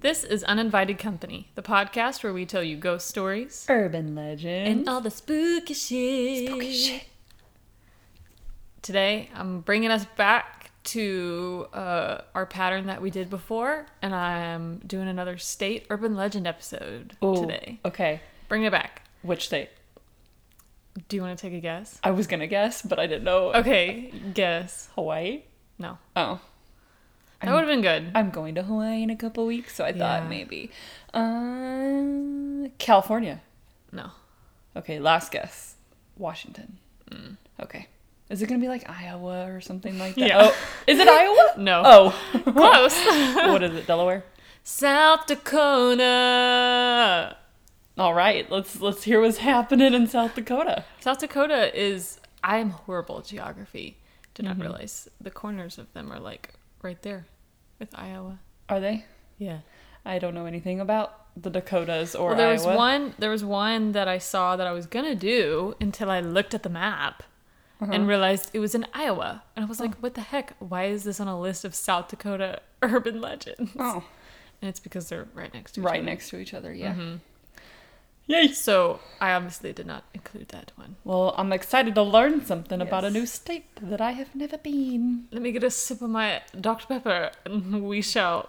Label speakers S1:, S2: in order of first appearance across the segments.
S1: This is Uninvited Company, the podcast where we tell you ghost stories
S2: Urban legend.
S1: and all the spooky shit. Today, I'm bringing us back to uh, our pattern that we did before, and I'm doing another state urban legend episode today.
S2: Okay.
S1: Bring it back.
S2: Which state?
S1: Do you want to take a guess?
S2: I was gonna guess, but I didn't know.
S1: Okay, guess.
S2: Hawaii.
S1: No.
S2: Oh,
S1: That would have been good.
S2: I'm going to Hawaii in a couple weeks, so I
S1: Yeah.
S2: thought maybe. Um, California.
S1: No.
S2: Okay, last guess. Washington.
S1: Hmm.
S2: Okay. Is it gonna be like Iowa or something like that?
S1: Yeah.
S2: Oh, is it Iowa?
S1: No.
S2: Oh,
S1: Close.
S2: what is it? Delaware.
S1: South Dakota.
S2: All right, let's let's hear what's happening in South Dakota.
S1: South Dakota is I am horrible at geography. Did
S2: Mm-hmm.
S1: not realize the corners of them are like right there with Iowa.
S2: Are they?
S1: Yeah.
S2: I don't know anything about the Dakotas or
S1: Well, there
S2: Iowa.
S1: was one there was one that I saw that I was going to do until I looked at the map
S2: Uh-huh.
S1: and realized it was in Iowa. And I
S2: Oh.
S1: was like, "What the heck? Why is this on a list of South Dakota urban legends?"
S2: Oh,
S1: And it's because they're right next to each
S2: right
S1: other. Mm-hmm.
S2: next to each other. Yeah.
S1: Yay. So, I obviously did not include that one.
S2: Well, I'm excited to learn something about a
S1: Yes.
S2: new state that I have never been.
S1: Let me get a sip of my Dr. Pepper and we shall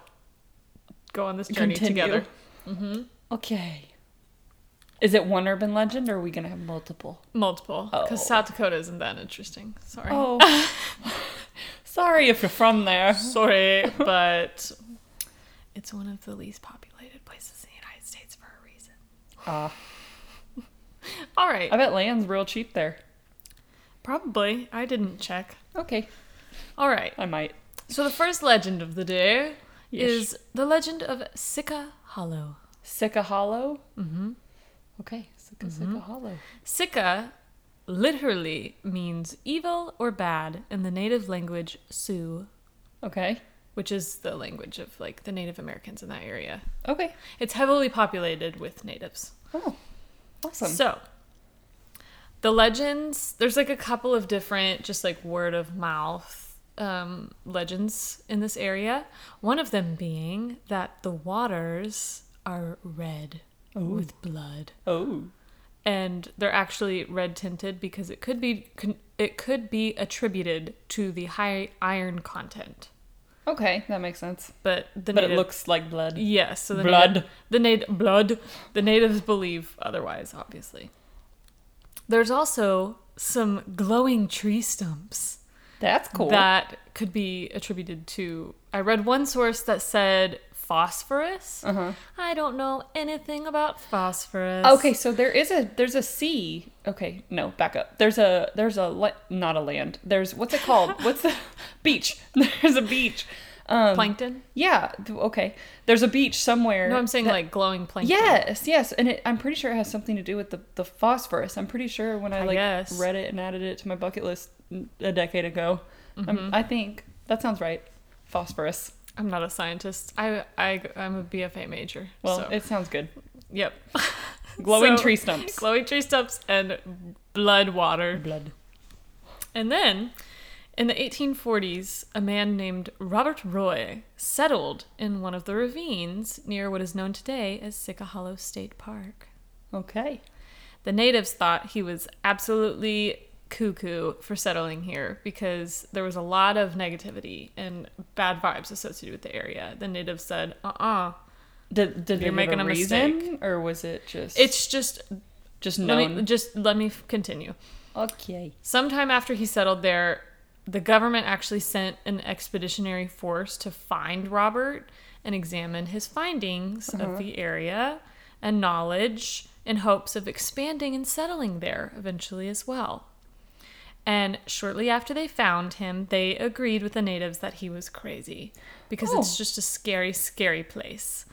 S1: go on this journey
S2: Continue.
S1: together.
S2: Okay. Is it one urban legend or are we going to have multiple?
S1: Multiple. Because
S2: Oh.
S1: South Dakota isn't that interesting. Sorry.
S2: Oh. Sorry if you're from there.
S1: Sorry, but it's one of the least populated places in the United States for a reason.
S2: Uh,
S1: Ah. All right.
S2: I bet land's real cheap there.
S1: Probably. I didn't check.
S2: Okay.
S1: All right.
S2: I might.
S1: So the first legend of the day
S2: Yes.
S1: is the legend of Sika Hollow.
S2: Sika Hollow? Mm hmm.
S1: Mm-hmm.
S2: Okay. Sika, Sika Hollow.
S1: Sika literally means evil or bad in the native language Sioux,
S2: Okay.
S1: which is the language of like the Native Americans in that area.
S2: Okay.
S1: It's heavily populated with natives.
S2: Oh. Awesome.
S1: So, the legends, there's like a couple of different, just like word of mouth um, legends in this area. One of them being that the waters are red with blood.
S2: oh.
S1: And they're actually red tinted because it could be con- it could be attributed to the high iron content.
S2: Okay. That makes sense.
S1: But the
S2: But it
S1: native-
S2: looks like blood.
S1: Yes, so the
S2: Blood.
S1: native- the native blood. The natives believe otherwise, obviously. There's also some glowing tree stumps
S2: That's cool.
S1: that could be attributed to. I read one source that said phosphorus. I don't know anything about phosphorus.
S2: Uh-huh. Okay, so there is a there's a sea. Okay, no, back up. There's a there's a la- not a land. There's what's it called? what's the beach? There's a beach. Um,
S1: plankton.
S2: yeah. th- Okay. There's a beach somewhere.
S1: No, I'm saying
S2: that-
S1: like glowing plankton.
S2: Yes, yes, and it, I'm pretty sure it has something to do with the, the phosphorus. I'm pretty sure when I,
S1: I
S2: like
S1: guess.
S2: read it and added it to my bucket list a decade ago. I'm-
S1: Mm-hmm.
S2: I think that sounds right. Phosphorus.
S1: I'm not a scientist. I I I'm a BFA major.
S2: Well,
S1: so-
S2: it sounds good.
S1: yep.
S2: Glowing
S1: So-
S2: tree stumps.
S1: Glowing tree stumps and blood water.
S2: Blood.
S1: And then, in the 1840s, a man named Robert Roy settled in one of the ravines near what is known today as Sika Hollow State Park.
S2: Okay.
S1: The natives thought he was absolutely cuckoo for settling here because there was a lot of negativity and bad vibes associated with the area. The natives said, uh uh
S2: Did, did
S1: You're
S2: they
S1: making
S2: have
S1: a
S2: a reason, or was it just
S1: It's just,
S2: just
S1: let me,
S2: known?
S1: just let me f- continue.
S2: Okay.
S1: Sometime after he settled there, the government actually sent an expeditionary force to find Robert and examine his findings
S2: Uh-huh.
S1: of the area and knowledge in hopes of expanding and settling there eventually as well. And shortly after they found him, they agreed with the natives that he was crazy because it's
S2: Oh.
S1: just a scary, scary place.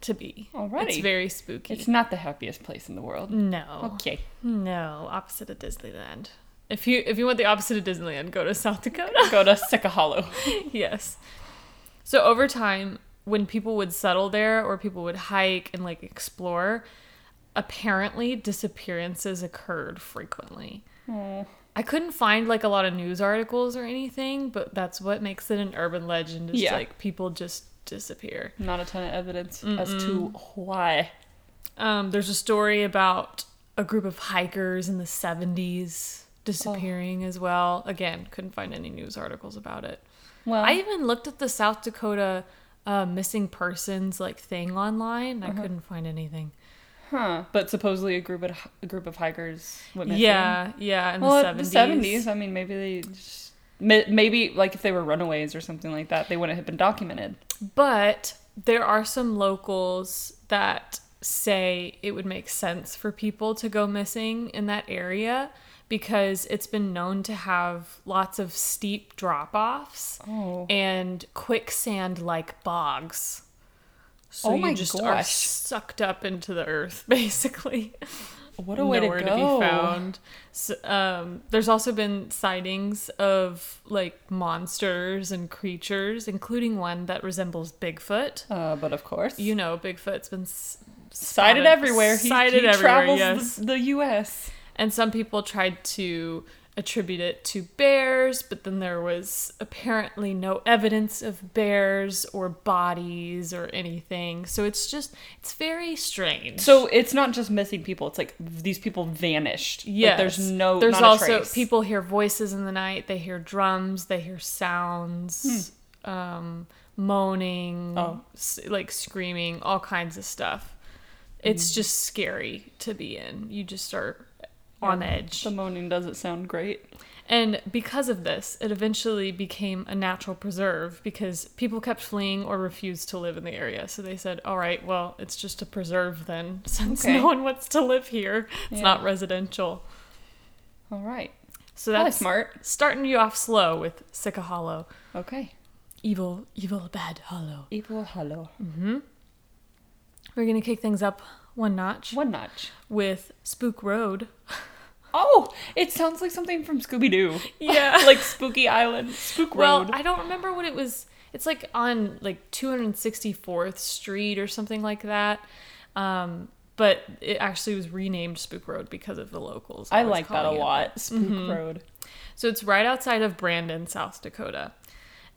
S1: to be.
S2: Alrighty.
S1: It's very spooky.
S2: It's not the happiest place in the world.
S1: no.
S2: Okay.
S1: No, opposite of Disneyland. If you if you want the opposite of Disneyland, go to South Dakota.
S2: Go to Sika Hollow.
S1: yes. So over time, when people would settle there or people would hike and like explore, apparently disappearances occurred frequently. I couldn't find like a lot of news articles or anything, but that's what makes it an urban legend. Is
S2: Yeah.
S1: like people just disappear.
S2: Not a ton of evidence as to why.
S1: Um, there's a story about a group of hikers in the 70s disappearing as well. Again, couldn't find any news articles about it.
S2: Well,
S1: I even looked at the South Dakota uh, missing persons like thing online.
S2: Uh-huh.
S1: I couldn't find anything.
S2: huh? But supposedly a group of a group of hikers went missing.
S1: Yeah, yeah, in
S2: Well,
S1: the
S2: the
S1: 70s.
S2: seventies. I mean, maybe they just, may- maybe like if they were runaways or something like that, they wouldn't have been documented.
S1: But there are some locals that say it would make sense for people to go missing in that area because it's been known to have lots of steep drop offs
S2: Oh.
S1: and quicksand like bogs. So
S2: Oh
S1: you
S2: my
S1: just are
S2: gosh.
S1: sucked up into the earth, basically.
S2: What a way
S1: Nowhere
S2: to go!
S1: be found. So, um, there's also been sightings of like monsters and creatures, including one that resembles Bigfoot.
S2: Uh, but of course,
S1: You know, Bigfoot's been s-
S2: sighted
S1: spotted-
S2: everywhere. He,
S1: sighted
S2: he
S1: everywhere,
S2: travels
S1: yes.
S2: the, the U.S.
S1: And some people tried to attribute it to bears, but then there was apparently no evidence of bears or bodies or anything. So it's just it's very strange.
S2: So it's not just missing people; it's like these people vanished. Like,
S1: Yes.
S2: there's no.
S1: There's
S2: not a
S1: also
S2: trace.
S1: people hear voices in the night. They hear drums. They hear sounds, um, moaning,
S2: Hmm. Oh.
S1: s- like screaming, all kinds of stuff.
S2: Hmm.
S1: It's just scary to be in. You just are on edge.
S2: The moaning doesn't sound great.
S1: And because of this, it eventually became a natural preserve because people kept fleeing or refused to live in the area. So they said, all right, well, it's just a preserve then, since
S2: Okay.
S1: no one wants to live here. It's
S2: Yeah.
S1: not residential.
S2: All right.
S1: So
S2: That's
S1: that's
S2: smart.
S1: starting you off slow with Sika Hollow.
S2: Okay.
S1: Evil, evil, bad hollow.
S2: Evil hollow.
S1: We're going to kick things up one notch
S2: One notch.
S1: with Spook Road.
S2: Oh, it sounds like something from Scooby Doo.
S1: Yeah.
S2: like Spooky Island, Spook
S1: Well,
S2: Road.
S1: I don't remember what it was. It's like on like 264th Street or something like that. Um, but it actually was renamed Spook Road because of the locals.
S2: I
S1: always
S2: like that a
S1: calling it Mm-hmm.
S2: lot. Spook Road.
S1: So it's right outside of Brandon, South Dakota.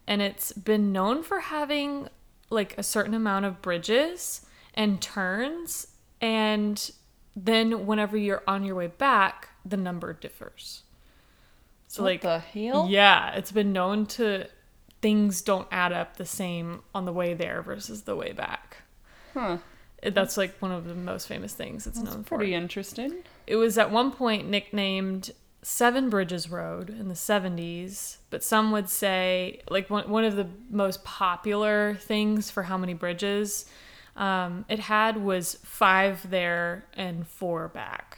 S1: And it's been known for having like a certain amount of bridges and turns. And then whenever you're on your way back, the number differs. So, like,
S2: the hell?
S1: yeah, it's been known to things don't add up the same on the way there versus the way back.
S2: Huh.
S1: That's like one of the most famous things it's known
S2: That's
S1: for.
S2: pretty interesting.
S1: It was at one point nicknamed Seven Bridges Road in the 70s, but some would say, like, one, one of the most popular things for how many bridges um, it had was five there and four back.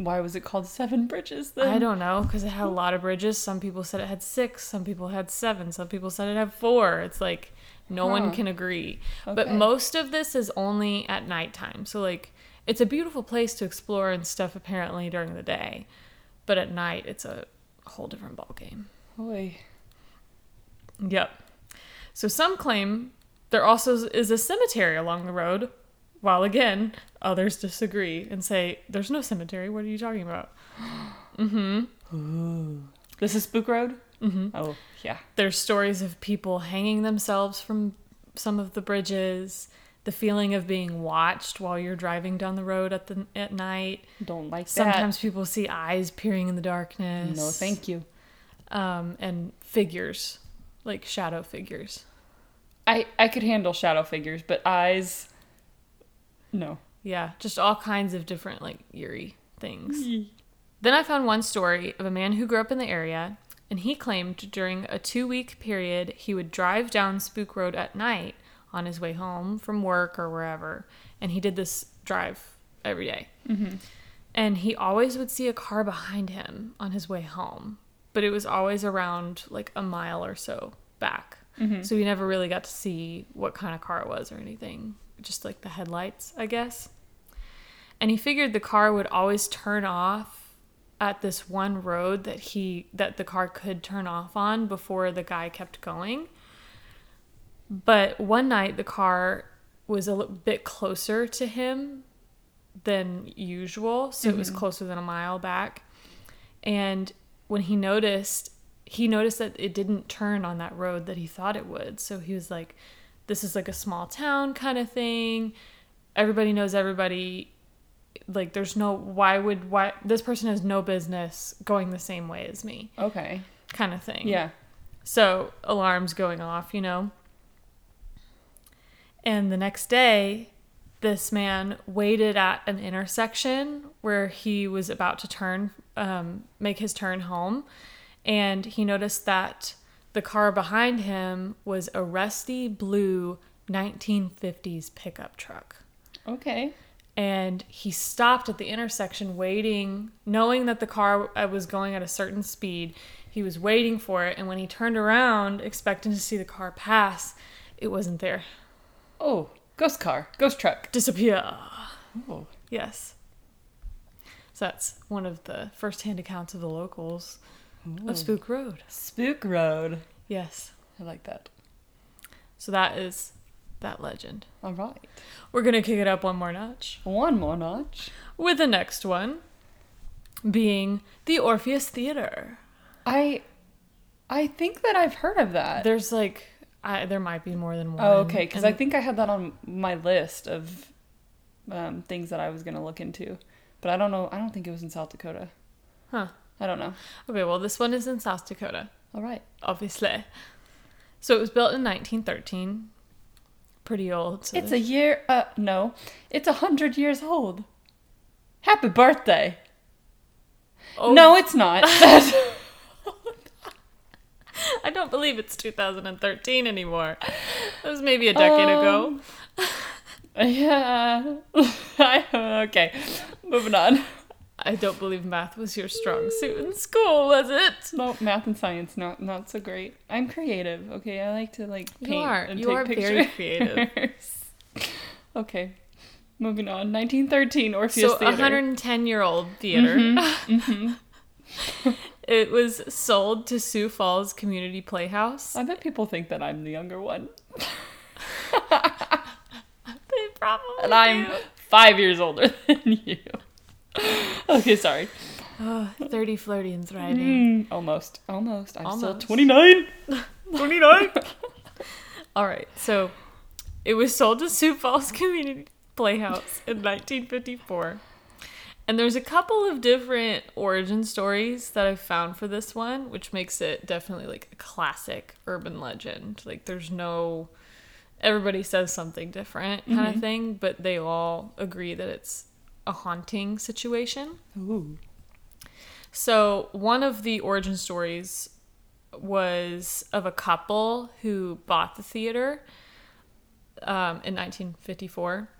S2: Why was it called Seven Bridges then?
S1: I don't know because it had a lot of bridges. Some people said it had six, some people had seven, some people said it had four. It's like no one
S2: Huh.
S1: can agree. But
S2: Okay.
S1: most of this is only at nighttime. So, like, it's a beautiful place to explore and stuff apparently during the day. But at night, it's a whole different ballgame.
S2: Oy.
S1: Yep. So, some claim there also is a cemetery along the road, while again, others disagree and say, There's no cemetery. What are you talking about?
S2: This is Spook Road? Mm-hmm. Oh, yeah.
S1: There's stories of people hanging themselves from some of the bridges, the feeling of being watched while you're driving down the road at the at night.
S2: Don't like
S1: Sometimes people see eyes peering in the darkness.
S2: that. No, thank you.
S1: um and figures, like shadow figures.
S2: I, I could handle shadow figures, but eyes. No.
S1: Yeah, just all kinds of different like eerie things. Then I found one story of a man who grew up in the area, and he claimed during a two week period he would drive down Spook Road at night on his way home from work or wherever. And he did this drive every day. And he always would see a car behind him on his way home, but it was always around like a mile or so back. So he never really got to see what kind of car it was or anything. just like the headlights, I guess. And he figured the car would always turn off at this one road that he that the car could turn off on before the guy kept going. But one night the car was a li- bit closer to him than usual, so it was closer than a mile back. And when he noticed, he noticed that it didn't turn on that road that he thought it would. So he was like, this is like a small town kind of thing. Everybody knows everybody. Like there's no why would why this person has no business going the same way as me
S2: Okay.
S1: kind of thing.
S2: Yeah.
S1: So alarms going off, you know. And the next day, this man waited at an intersection where he was about to turn, um, make his turn home, and he noticed that the car behind him was a rusty blue 1950s pickup truck
S2: Okay.
S1: and he stopped at the intersection waiting knowing that the car uh, was going at a certain speed he was waiting for it and when he turned around expecting to see the car pass it wasn't there
S2: Oh, ghost car, ghost truck.
S1: disappear
S2: Oh.
S1: yes so that's one of the first-hand accounts of the locals of spook road
S2: Spook Road.
S1: yes
S2: I like that.
S1: so that is that legend
S2: All right.
S1: we're gonna kick it up one more notch
S2: One more notch.
S1: with the next one being the orpheus theater
S2: I I think that I've heard of that.
S1: There's like, I, there might be more than one.
S2: oh, okay, cuz I
S1: And
S2: think I had that on my list of um, things that I was going to look into. But I don't know. I don't think it was in South Dakota.
S1: Huh.
S2: I don't know.
S1: Okay, well, this one is in South Dakota,
S2: All right.
S1: obviously. So it was built in 1913. Pretty old. So
S2: It's a year uh no. It's a 100 years old. Happy birthday.
S1: Oh.
S2: No, it's not.
S1: I don't believe it's 2013 anymore. That was maybe a decade
S2: Um,
S1: ago.
S2: yeah. I- okay. Moving on.
S1: I don't believe math was your strong suit in school, was it?
S2: No, math and science not not so great. I'm creative. Okay, I like to like
S1: You
S2: paint
S1: are.
S2: and
S1: You
S2: take
S1: are very
S2: pictures.
S1: creative.
S2: okay, moving on. 1913 Orpheus
S1: So a
S2: Theater. Mm-hmm,
S1: 110 year old theater. it was sold to Sioux Falls Community Playhouse.
S2: I bet people think that I'm the younger one,
S1: They probably
S2: and I'm
S1: do.
S2: five years older than you. okay, sorry.
S1: Oh, 30, flirty, and thriving.
S2: Mm, almost, almost. I'm still
S1: Almost.
S2: 29. 29.
S1: All right, so it was sold to Sioux Falls Community Playhouse in 1954. And there's a couple of different origin stories that I've found for this one, which makes it definitely like a classic urban legend. Like, there's no. Everybody says something different kind of thing, but they all agree that it's a haunting situation.
S2: Ooh.
S1: So one of the origin stories was of a couple who bought the theater um, in 1954.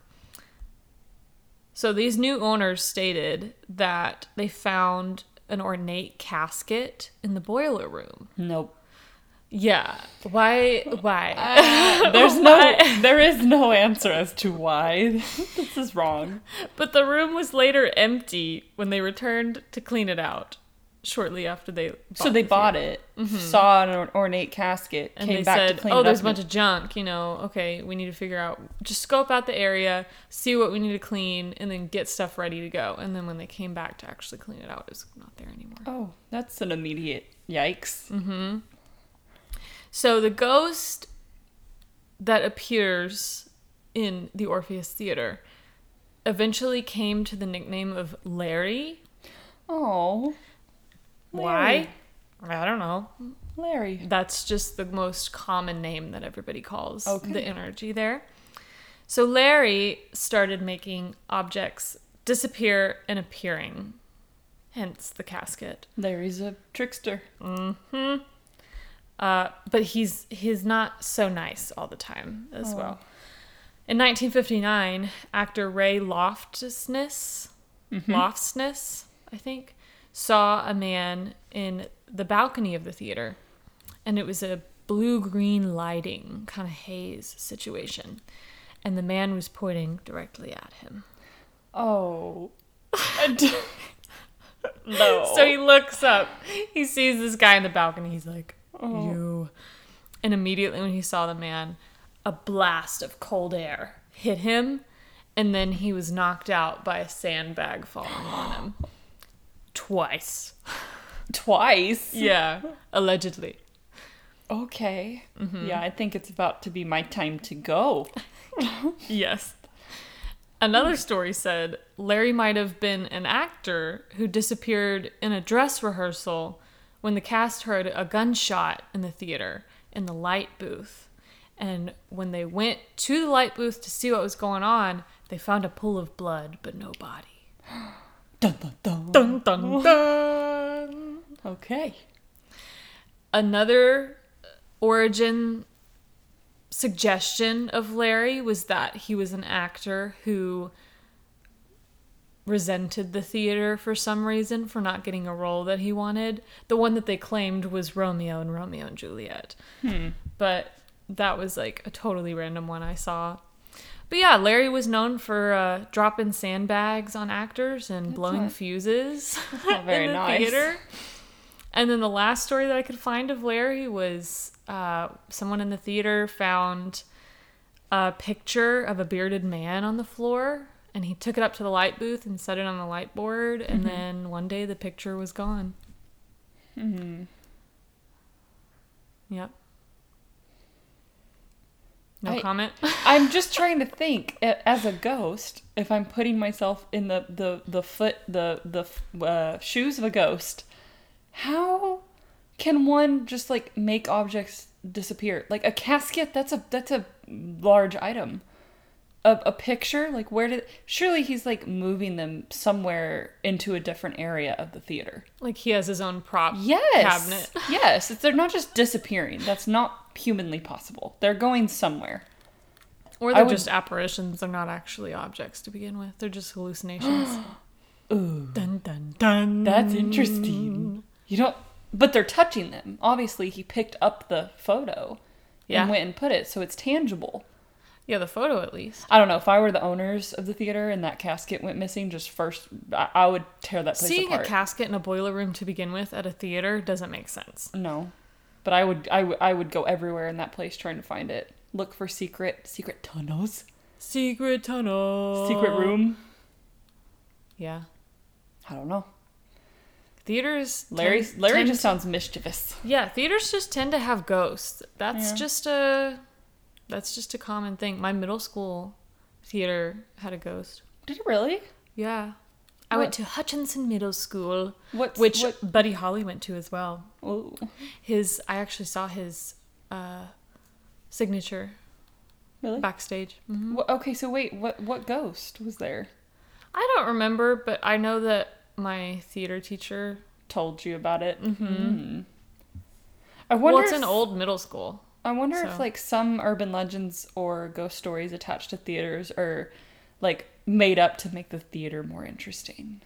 S1: So these new owners stated that they found an ornate casket in the boiler room.
S2: Nope.
S1: Yeah. Why? Why?
S2: There's no. There is no answer as to why this is wrong.
S1: But the room was later empty when they returned to clean it out shortly after they
S2: So they bought it, saw an or- ornate casket,
S1: and
S2: came
S1: they
S2: back
S1: said,
S2: to clean
S1: "Oh,
S2: it
S1: there's
S2: up.
S1: a bunch of junk. You know, okay, we need to figure out. Just scope out the area, see what we need to clean, and then get stuff ready to go." And then when they came back to actually clean it out, it was not there anymore.
S2: oh, that's an immediate yikes.
S1: So the ghost that appears in the Orpheus Theater eventually came to the nickname of Larry.
S2: Oh,
S1: Why? I don't know.
S2: Larry.
S1: That's just the most common name that everybody calls
S2: Okay.
S1: the energy there. So Larry started making objects disappear and appearing, hence the casket.
S2: Larry's a trickster.
S1: Uh, but he's he's not so nice all the time as well. In 1959, actor Ray Loftusness, Loftusness, I think, saw a man in the balcony of the theater, and it was a blue-green lighting kind of haze situation, and the man was pointing directly at him.
S2: Oh. no.
S1: So he looks up. He sees this guy in the balcony. He's like,
S2: Oh.
S1: "You." And immediately when he saw the man, a blast of cold air hit him, and then he was knocked out by a sandbag falling on him. Twice.
S2: twice.
S1: Yeah, allegedly.
S2: Okay. Yeah, I think it's about to be my time to go.
S1: Yes. Another story said Larry might have been an actor who disappeared in a dress rehearsal when the cast heard a gunshot in the theater in the light booth. And when they went to the light booth to see what was going on, they found a pool of blood but no body.
S2: Dun, dun, dun.
S1: Dun dun
S2: Dun. Okay.
S1: another origin suggestion of Larry was that he was an actor who resented the theater for some reason for not getting a role that he wanted. The one that they claimed was Romeo and Romeo and Juliet. But that was like a totally random one I saw. But yeah, Larry was known for uh, dropping sandbags on actors and blowing
S2: not-
S1: fuses
S2: not very
S1: in the
S2: nice.
S1: theater. And then the last story that I could find of Larry was uh, someone in the theater found a picture of a bearded man on the floor, and he took it up to the light booth and set it on the light board, and
S2: Mm-hmm.
S1: then one day the picture was gone.
S2: Mm-hmm.
S1: Yep. No
S2: I-
S1: comment.
S2: I'm just trying to think a- as a ghost if I'm putting myself in the the the foot the the uh, shoes of a ghost. How can one just like make objects disappear? Like a casket, that's a that's a large item. A, a picture, like where did surely he's like moving them somewhere into a different area of the theater.
S1: like he has his own prop
S2: Yes.
S1: cabinet.
S2: yes, it's, they're not just disappearing. That's not humanly possible. They're going somewhere.
S1: Or
S2: I
S1: they're
S2: would-
S1: just apparitions. They're not actually objects to begin with. They're just hallucinations.
S2: Ooh.
S1: dun dun dun.
S2: That's interesting. You don't, but they're touching them. Obviously, he picked up the photo
S1: Yeah.
S2: and went and put it, so it's tangible.
S1: Yeah, the photo at least.
S2: I don't know. If I were the owners of the theater and that casket went missing, just first, I, I would tear that place
S1: Seeing
S2: apart.
S1: a casket in a boiler room to begin with at a theater doesn't make sense.
S2: no, but I would, I would, I would go everywhere in that place trying to find it. Look for secret, secret tunnels,
S1: Secret tunnel.
S2: secret room.
S1: Yeah.
S2: I don't know.
S1: Theaters.
S2: Larry,
S1: tend-
S2: Larry
S1: tend-
S2: just sounds mischievous.
S1: Yeah, theaters just tend to have ghosts. That's
S2: Yeah.
S1: just a. That's just a common thing. My middle school theater had a ghost.
S2: Did he really?
S1: Yeah. I
S2: What-
S1: went to Hutchinson Middle School,
S2: What?
S1: which
S2: What,
S1: Buddy Holly went to as well.
S2: ooh.
S1: His I actually saw his uh, signature
S2: Really? Mm-hmm.
S1: backstage.
S2: Wha- okay, so wait, what? What ghost was there?
S1: I don't remember, but I know that my theater teacher.
S2: told you about it. Mm-hmm. I wonder.
S1: Hmm. Well, it's
S2: if,
S1: an old middle school.
S2: I wonder
S1: so.
S2: if like some urban legends or ghost stories attached to theaters are like made up to make the theater more interesting.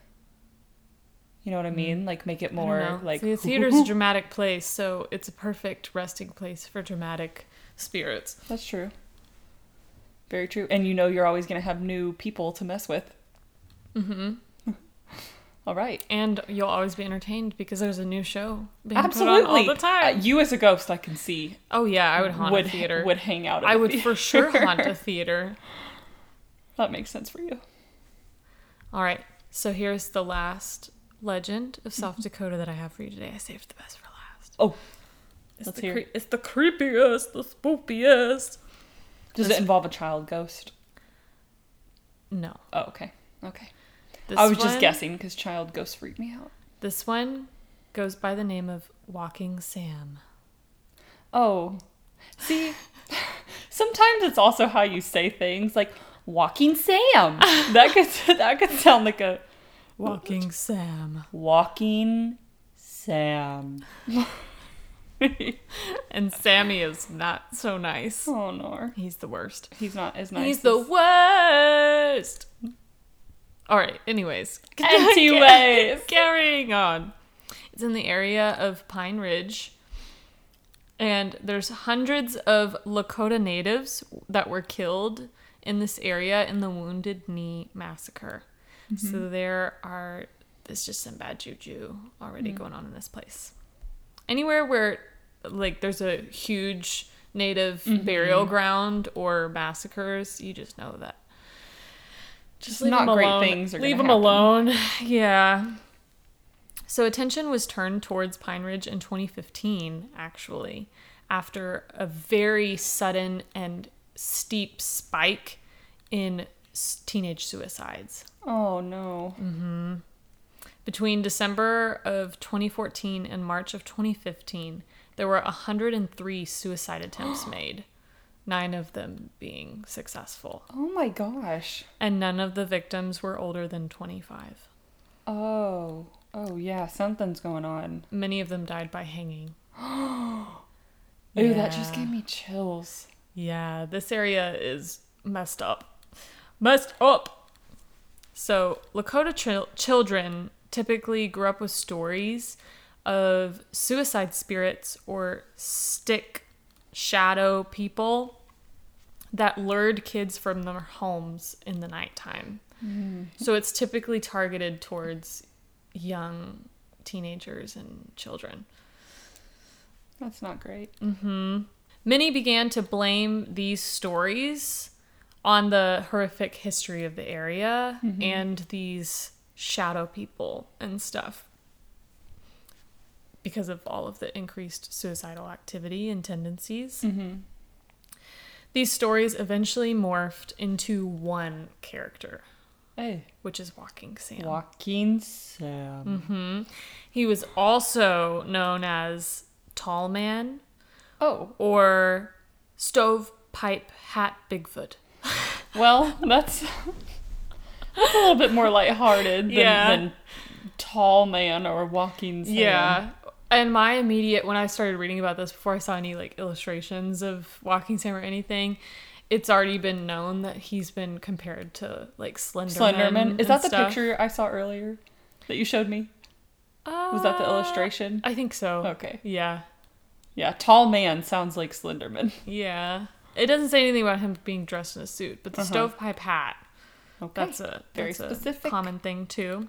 S2: You know what I mean? Like make it
S1: Hmm. I don't
S2: more
S1: know.
S2: like
S1: the theater's a dramatic place, so it's a perfect resting place for dramatic spirits.
S2: That's true. Very true. And you know you're always gonna have new people to mess with.
S1: hmm
S2: All right.
S1: And you'll always be entertained because there's a new show being put on
S2: Absolutely.
S1: all the
S2: Uh,
S1: time.
S2: you as a ghost, I can see
S1: oh yeah, I would haunt
S2: would
S1: a theater.
S2: would hang out. At
S1: I
S2: a
S1: would for sure
S2: theater.
S1: haunt a theater.
S2: that makes sense for you.
S1: All right. So here's the last legend of South Dakota that I have for you today. I saved the best for last.
S2: Mm-hmm. Oh.
S1: it's
S2: Let's
S1: the
S2: hear
S1: cre-
S2: it.
S1: it's the creepiest, the spookiest.
S2: Does
S1: This-
S2: it involve a child ghost?
S1: No,
S2: Oh, okay. Okay.
S1: this
S2: I was
S1: one-
S2: just guessing because child ghosts freak me out.
S1: This one goes by the name of Walking Sam.
S2: Oh. See, sometimes it's also how you say things like walking Sam. That could that could sound like a
S1: Walking Sam.
S2: walking Sam.
S1: And Sammy is not so nice.
S2: Oh no.
S1: He's the worst.
S2: He's not as nice.
S1: He's the
S2: as-
S1: worst. All right. Anyways,
S2: Anyways.
S1: carrying on. It's in the area of Pine Ridge, and there's hundreds of Lakota natives that were killed in this area in the Wounded Knee Massacre.
S2: Mm-hmm.
S1: So there are, there's just some bad juju already
S2: Mm.
S1: going on in this place. Anywhere where, like, there's a huge native
S2: Mm-hmm.
S1: burial ground or massacres, you just know that. Just leave
S2: Not
S1: them
S2: great
S1: alone.
S2: things are
S1: Leave them
S2: gonna happen.
S1: alone. Yeah. So attention was turned towards Pine Ridge in 2015, actually, after a very sudden and steep spike in s- teenage suicides.
S2: Oh no.
S1: Between December of 2014 and March of 2015, there were 103 suicide attempts made, nine of them being successful.
S2: Oh my gosh.
S1: And none of the victims were older than 25.
S2: Oh. Oh yeah, something's going on.
S1: Many of them died by hanging.
S2: Ooh, that just
S1: Yeah.
S2: gave me chills.
S1: Yeah, this area is messed up. Messed up! So, Lakota chil- children typically grew up with stories of suicide spirits or stick shadow people that lured kids from their homes in the nighttime. So, it's typically targeted towards young teenagers and children.
S2: That's not great.
S1: Mm-hmm. Many began to blame these stories on the horrific history of the area and these shadow people and stuff because of all of the increased suicidal activity and tendencies. These stories eventually morphed into one character,
S2: Hey,
S1: which is Walking Sam.
S2: Joaquin Sam.
S1: he was also known as Tall Man
S2: Oh
S1: or Stovepipe Hat Bigfoot.
S2: well, that's that's a little bit more lighthearted than,
S1: Yeah.
S2: than tall man or Walking Sam.
S1: Yeah. And my immediate when I started reading about this before I saw any like illustrations of Walking Sam or anything, it's already been known that he's been compared to like Slenderman.
S2: Slenderman. Is
S1: and
S2: that the
S1: stuff.
S2: picture I saw earlier that you showed me? Was that the
S1: Uh,
S2: illustration?
S1: I think so.
S2: Okay.
S1: Yeah.
S2: Yeah, tall man sounds like Slenderman.
S1: Yeah. It doesn't say anything about him being dressed in a suit, but the stovepipe hat
S2: Uh-huh. Okay.
S1: That's a very
S2: Very
S1: specific
S2: specific.
S1: common thing too.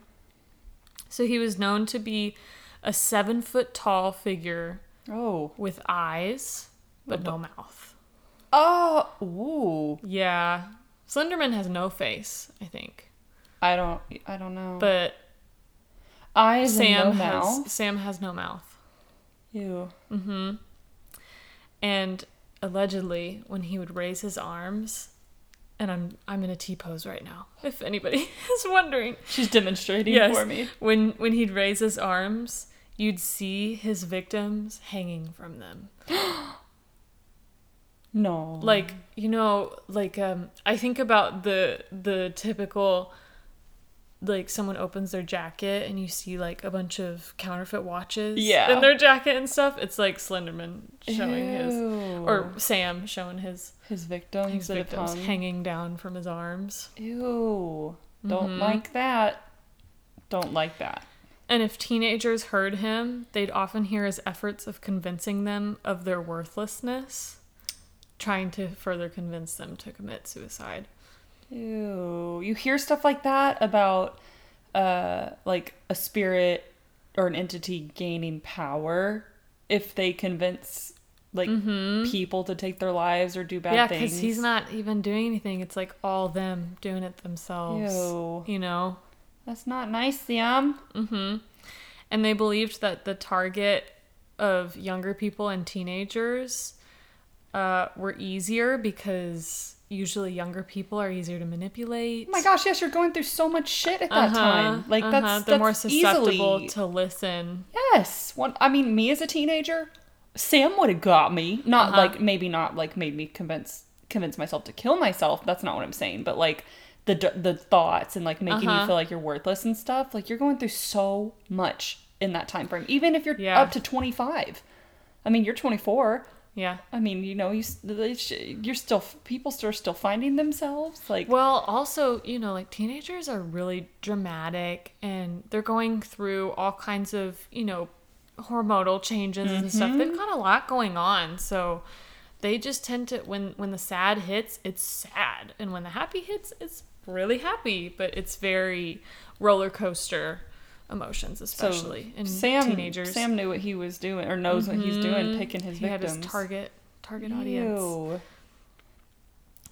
S1: So he was known to be a seven foot tall figure
S2: oh.
S1: with eyes, but
S2: Uh-huh.
S1: no mouth.
S2: Oh, ooh.
S1: Yeah, Slenderman has no face, I think,
S2: I don't I don't know.
S1: but
S2: eyes
S1: Sam
S2: and no
S1: has
S2: mouth.
S1: Sam has no mouth.
S2: Ew.
S1: And allegedly, when he would raise his arms, and I'm I'm in a T pose right now. If anybody is wondering,
S2: She's demonstrating
S1: Yes.
S2: for me.
S1: when when he'd raise his arms, you'd see his victims hanging from them.
S2: No.
S1: like you know like um i think about the the typical like someone opens their jacket and you see like a bunch of counterfeit watches
S2: Yeah.
S1: in their jacket and stuff it's like slenderman showing his or
S2: Ew.
S1: sam showing his
S2: his victims
S1: his
S2: that
S1: victims
S2: have hung.
S1: hanging down from his arms
S2: Ew. Don't like that. Don't like that.
S1: and if teenagers heard him they'd often hear his efforts of convincing them of their worthlessness trying to further convince them to commit suicide
S2: Ew. You hear stuff like that about uh like a spirit or an entity gaining power if they convince like people to take their lives or do bad
S1: Mm-hmm. yeah,
S2: things.
S1: because he's not even doing anything. It's like all them doing it themselves.
S2: Ew.
S1: You know?
S2: That's not nice, Oh Sam.
S1: And they believed that the target of younger people and teenagers uh, were easier because usually younger people are easier to manipulate.
S2: Oh my gosh, yes, you're going through so much shit at that
S1: Uh-huh,
S2: time. Like
S1: uh-huh.
S2: that's
S1: they're
S2: that's
S1: more susceptible
S2: easily.
S1: to listen.
S2: Yes. One I mean, me as a teenager, Sam would have got me. Not
S1: Uh-huh.
S2: like maybe not like made me convince convince myself to kill myself. That's not what I'm saying, but like the d- the thoughts and like making
S1: Uh-huh.
S2: you feel like you're worthless and stuff. Like you're going through so much in that time frame. Even if you're
S1: Yeah.
S2: up to 25. I mean, you're 24.
S1: Yeah.
S2: I mean, you know, you s- they sh- you're still people still are still finding themselves like
S1: Well, also, you know, like teenagers are really dramatic and they're going through all kinds of, you know, hormonal changes and stuff.
S2: Mm-hmm.
S1: They've got a lot going on. So they just tend to when when the sad hits, it's sad. sad. And when the happy hits, it's really happy, but it's very roller coaster emotions, especially in
S2: Sam,
S1: teenagers. Mm-hmm.
S2: Sam knew what he was doing, or knows what he's doing, picking his
S1: he had
S2: victims.
S1: his target target audience.
S2: Ew.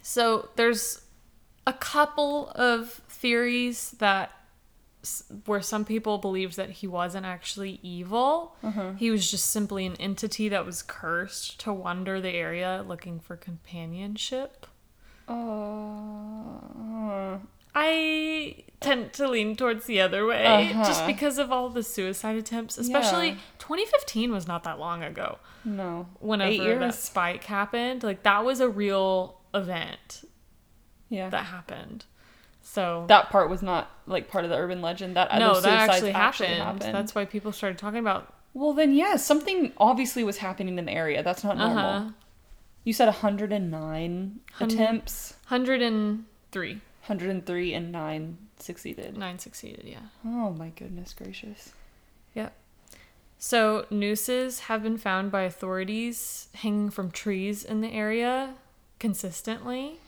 S1: So there's a couple of theories that s- where some people believed that he wasn't actually evil.
S2: Mm-hmm.
S1: He was just simply an entity that was cursed to wander the area looking for companionship.
S2: Uh,
S1: I tend to lean towards the other way just
S2: Uh-huh.
S1: because of all the suicide attempts, especially
S2: Yeah.
S1: 2015 was not that long ago.
S2: no.
S1: Whenever
S2: Eight
S1: that
S2: years.
S1: spike happened, like that was a real event
S2: Yeah. That,
S1: that happened. So
S2: part was not like part of the urban legend. That
S1: no,
S2: other
S1: that
S2: suicides
S1: actually happened.
S2: happened.
S1: That's why people started talking about.
S2: Well, then, yes, something obviously was happening in the area. That's not
S1: Uh
S2: normal.
S1: huh.
S2: You said 109
S1: Hun-
S2: attempts,
S1: Hundred and three,
S2: 103 and 9 succeeded.
S1: nine succeeded. Yeah.
S2: Oh my goodness gracious.
S1: Yep. So nooses have been found by authorities hanging from trees in the area consistently.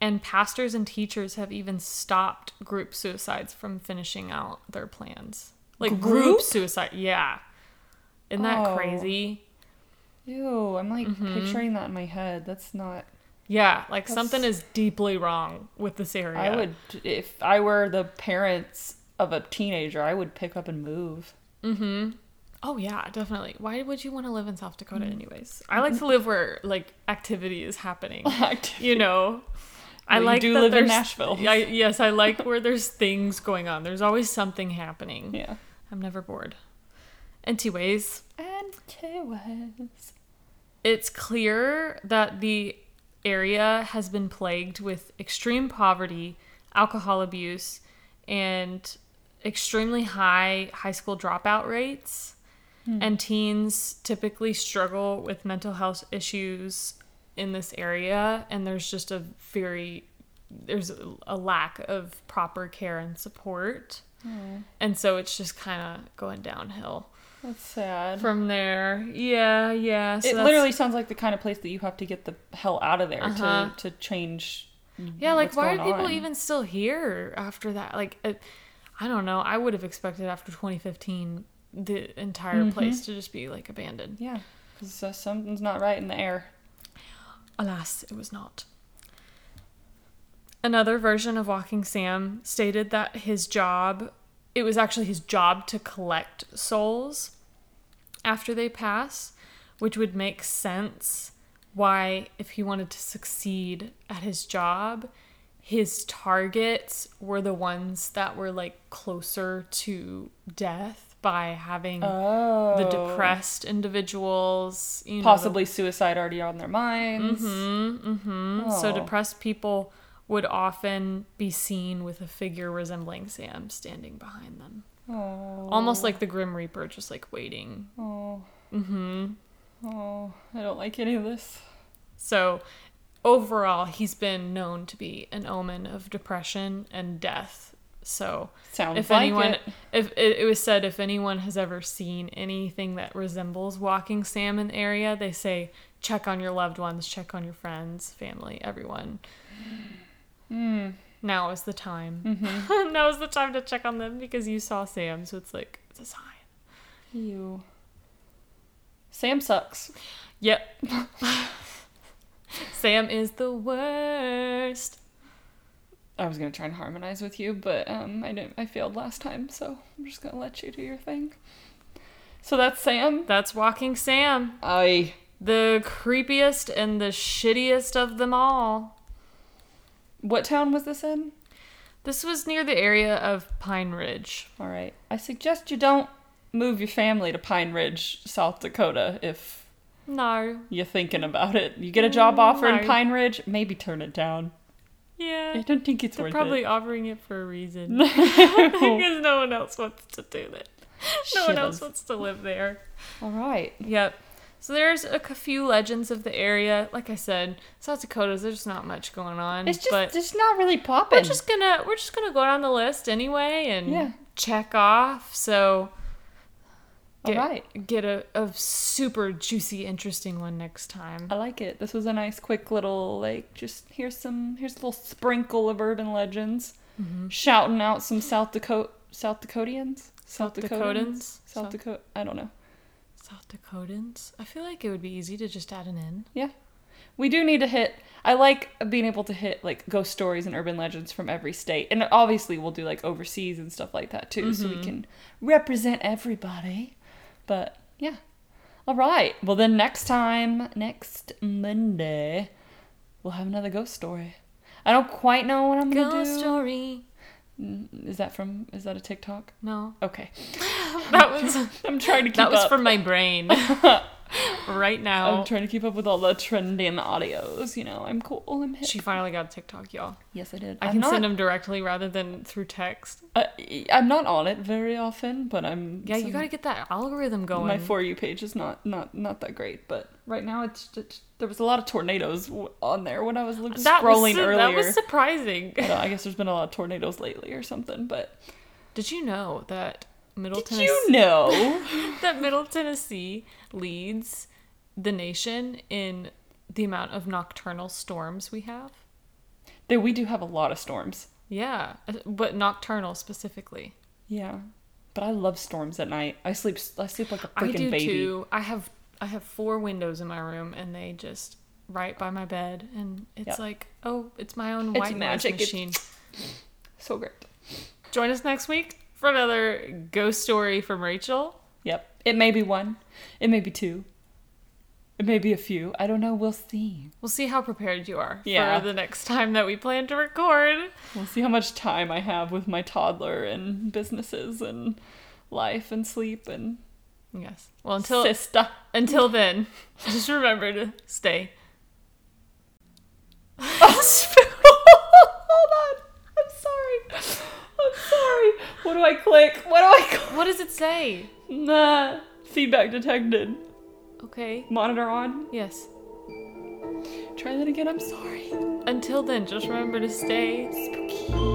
S1: And pastors and teachers have even stopped group suicides from finishing out their plans. Like group,
S2: Group?
S1: suicide. Yeah. Isn't that
S2: Oh.
S1: crazy?
S2: Ew, I'm like
S1: Mm-hmm.
S2: picturing that in my head. That's not.
S1: Yeah, like
S2: That's-
S1: something is deeply wrong with this area.
S2: I would, if I were the parents of a teenager, I would pick up and move.
S1: Oh yeah, definitely. Why would you want to live in South Dakota
S2: Mm.
S1: anyways? I like to live where like activity is happening. you know. I
S2: Well, you
S1: like
S2: do
S1: that
S2: live in
S1: there's-
S2: Nashville.
S1: I, yes, I like where there's things going on. There's always something happening.
S2: yeah.
S1: I'm never bored. Anyways,
S2: And to us.
S1: it's clear that the area has been plagued with extreme poverty, alcohol abuse, and extremely high high school dropout rates.
S2: Hmm.
S1: And teens typically struggle with mental health issues in this area, and there's just a very there's a lack of proper care and support.
S2: Hmm.
S1: And so it's just kind of going downhill
S2: That's sad.
S1: from there. Yeah, yeah. So
S2: it
S1: that's-
S2: literally sounds like the kind of place that you have to get the hell out of there
S1: Uh-huh.
S2: to, to change.
S1: Yeah, like
S2: what's
S1: why are
S2: going
S1: people
S2: on.
S1: even still here after that? Like, it, I don't know. I would have expected after 2015 the entire
S2: Mm-hmm.
S1: place to just be like abandoned.
S2: Yeah. Because uh, something's not right in the air.
S1: Alas, it was not. Another version of Walking Sam stated that his job, it was actually his job to collect souls after they pass, which would make sense why, if he wanted to succeed at his job, his targets were the ones that were like closer to death by having
S2: Oh.
S1: the depressed individuals, you know, the
S2: possibly suicide already on their minds.
S1: Mm-hmm. So
S2: Oh.
S1: depressed people would often be seen with a figure resembling Sam standing behind them.
S2: Oh,
S1: Almost like the Grim Reaper, just like waiting.
S2: oh,
S1: Mm-hmm.
S2: oh, I don't like any of this.
S1: So overall, he's been known to be an omen of depression and death. So
S2: Sounds
S1: if
S2: like
S1: anyone,
S2: it.
S1: if it, it was said, if anyone has ever seen anything that resembles walking Sam in the area, they say check on your loved ones, check on your friends, family, everyone.
S2: Hmm.
S1: Now is the time.
S2: Mm-hmm.
S1: now is the time to check on them because you saw Sam, so it's like it's a sign.
S2: Ew. Sam sucks.
S1: Yep. Sam is the worst.
S2: I was gonna try and harmonize with you, but um, I didn't. I failed last time, so I'm just gonna let you do your thing. So that's Sam.
S1: That's Walking Sam,
S2: I.
S1: the creepiest and the shittiest of them all.
S2: What town was this in?
S1: This was near the area of Pine Ridge.
S2: All right. I suggest you don't move your family to Pine Ridge, South Dakota, if
S1: No.
S2: you're thinking about it. You get a job offer
S1: no.
S2: in Pine Ridge, maybe turn it down. I
S1: Yeah.
S2: don't think it's
S1: They're
S2: worth
S1: probably
S2: it.
S1: offering it for a reason.
S2: Probably.
S1: because no one else wants to do that. No one else wants to live there.
S2: All right.
S1: Yep. So there's a c- few legends of the area. Like I said, South Dakota's there's not much going on.
S2: It's just
S1: but
S2: it's not really
S1: we're
S2: popping.
S1: just gonna we're just gonna go down the list anyway and
S2: Yeah.
S1: check off. So
S2: All
S1: Get,
S2: right.
S1: Get a, a super juicy, interesting one next time.
S2: I like it. This was a nice, quick little like. Just here's some. Here's a little sprinkle of urban legends, shouting out some South Dakota South Dakotians, South,
S1: Dakotans?
S2: South
S1: South-
S2: Dakota. I don't know.
S1: South Dakotans. I feel like it would be easy to just add an N.
S2: Yeah, we do need to hit. I like being able to hit like ghost stories and urban legends from every state, and obviously we'll do like overseas and stuff like that too, so we
S1: Mm-hmm.
S2: can represent everybody. But yeah, all right. Well, then next time, next Monday, we'll have another ghost story. I don't quite know what I'm gonna
S1: Ghost
S2: do.
S1: story.
S2: Mm, Is that from? Is that a TikTok?
S1: No,
S2: Okay,
S1: that was
S2: I'm trying to keep
S1: that was
S2: up.
S1: from my brain. right now,
S2: I'm trying to keep up with all the trending audios. You know, I'm cool. I'm hip.
S1: she finally got TikTok, y'all.
S2: Yes, I did.
S1: I
S2: I'm
S1: can
S2: not-
S1: send them directly rather than through text.
S2: Uh, I'm not on it very often, but I'm.
S1: Yeah, you
S2: some-
S1: gotta get that algorithm going.
S2: My for you page is not not not that great, but right now it's just, there was a lot of tornadoes w- on there when I was like,
S1: that was
S2: scrolling
S1: su-
S2: earlier.
S1: That was surprising.
S2: I, don't know, I guess there's been a lot of tornadoes lately or something, but
S1: Did you know that Middle
S2: did
S1: Tennessee
S2: you know?
S1: that Middle Tennessee leads the nation in the amount of nocturnal storms we have?
S2: that we do have a lot of storms.
S1: Yeah, uh, but nocturnal specifically.
S2: Yeah, but I love storms at night. I sleep I sleep like a
S1: I do
S2: freaking baby.
S1: too. I have I have four windows in my room, and they just right by my bed, and it's
S2: Yep.
S1: like, oh, it's my own
S2: It's
S1: white noise
S2: magic. It's-
S1: machine.
S2: So great.
S1: Join us next week for another ghost story from Rachel.
S2: Yep. It may be one. It may be two. It may be a few. I don't know. We'll see.
S1: We'll see how prepared you are
S2: Yeah.
S1: for the next time that we plan to record.
S2: We'll see how much time I have with my toddler and businesses and life and sleep and
S1: Yes. Well, until
S2: sister.
S1: Until then, just remember to stay.
S2: Hold on. I'm sorry. I'm sorry. What do I click? What do I click?
S1: What does it say?
S2: Nah. Feedback detected.
S1: Okay.
S2: Monitor on.
S1: Yes.
S2: Try that again. I'm sorry.
S1: Until then, just remember to stay
S2: Spooky.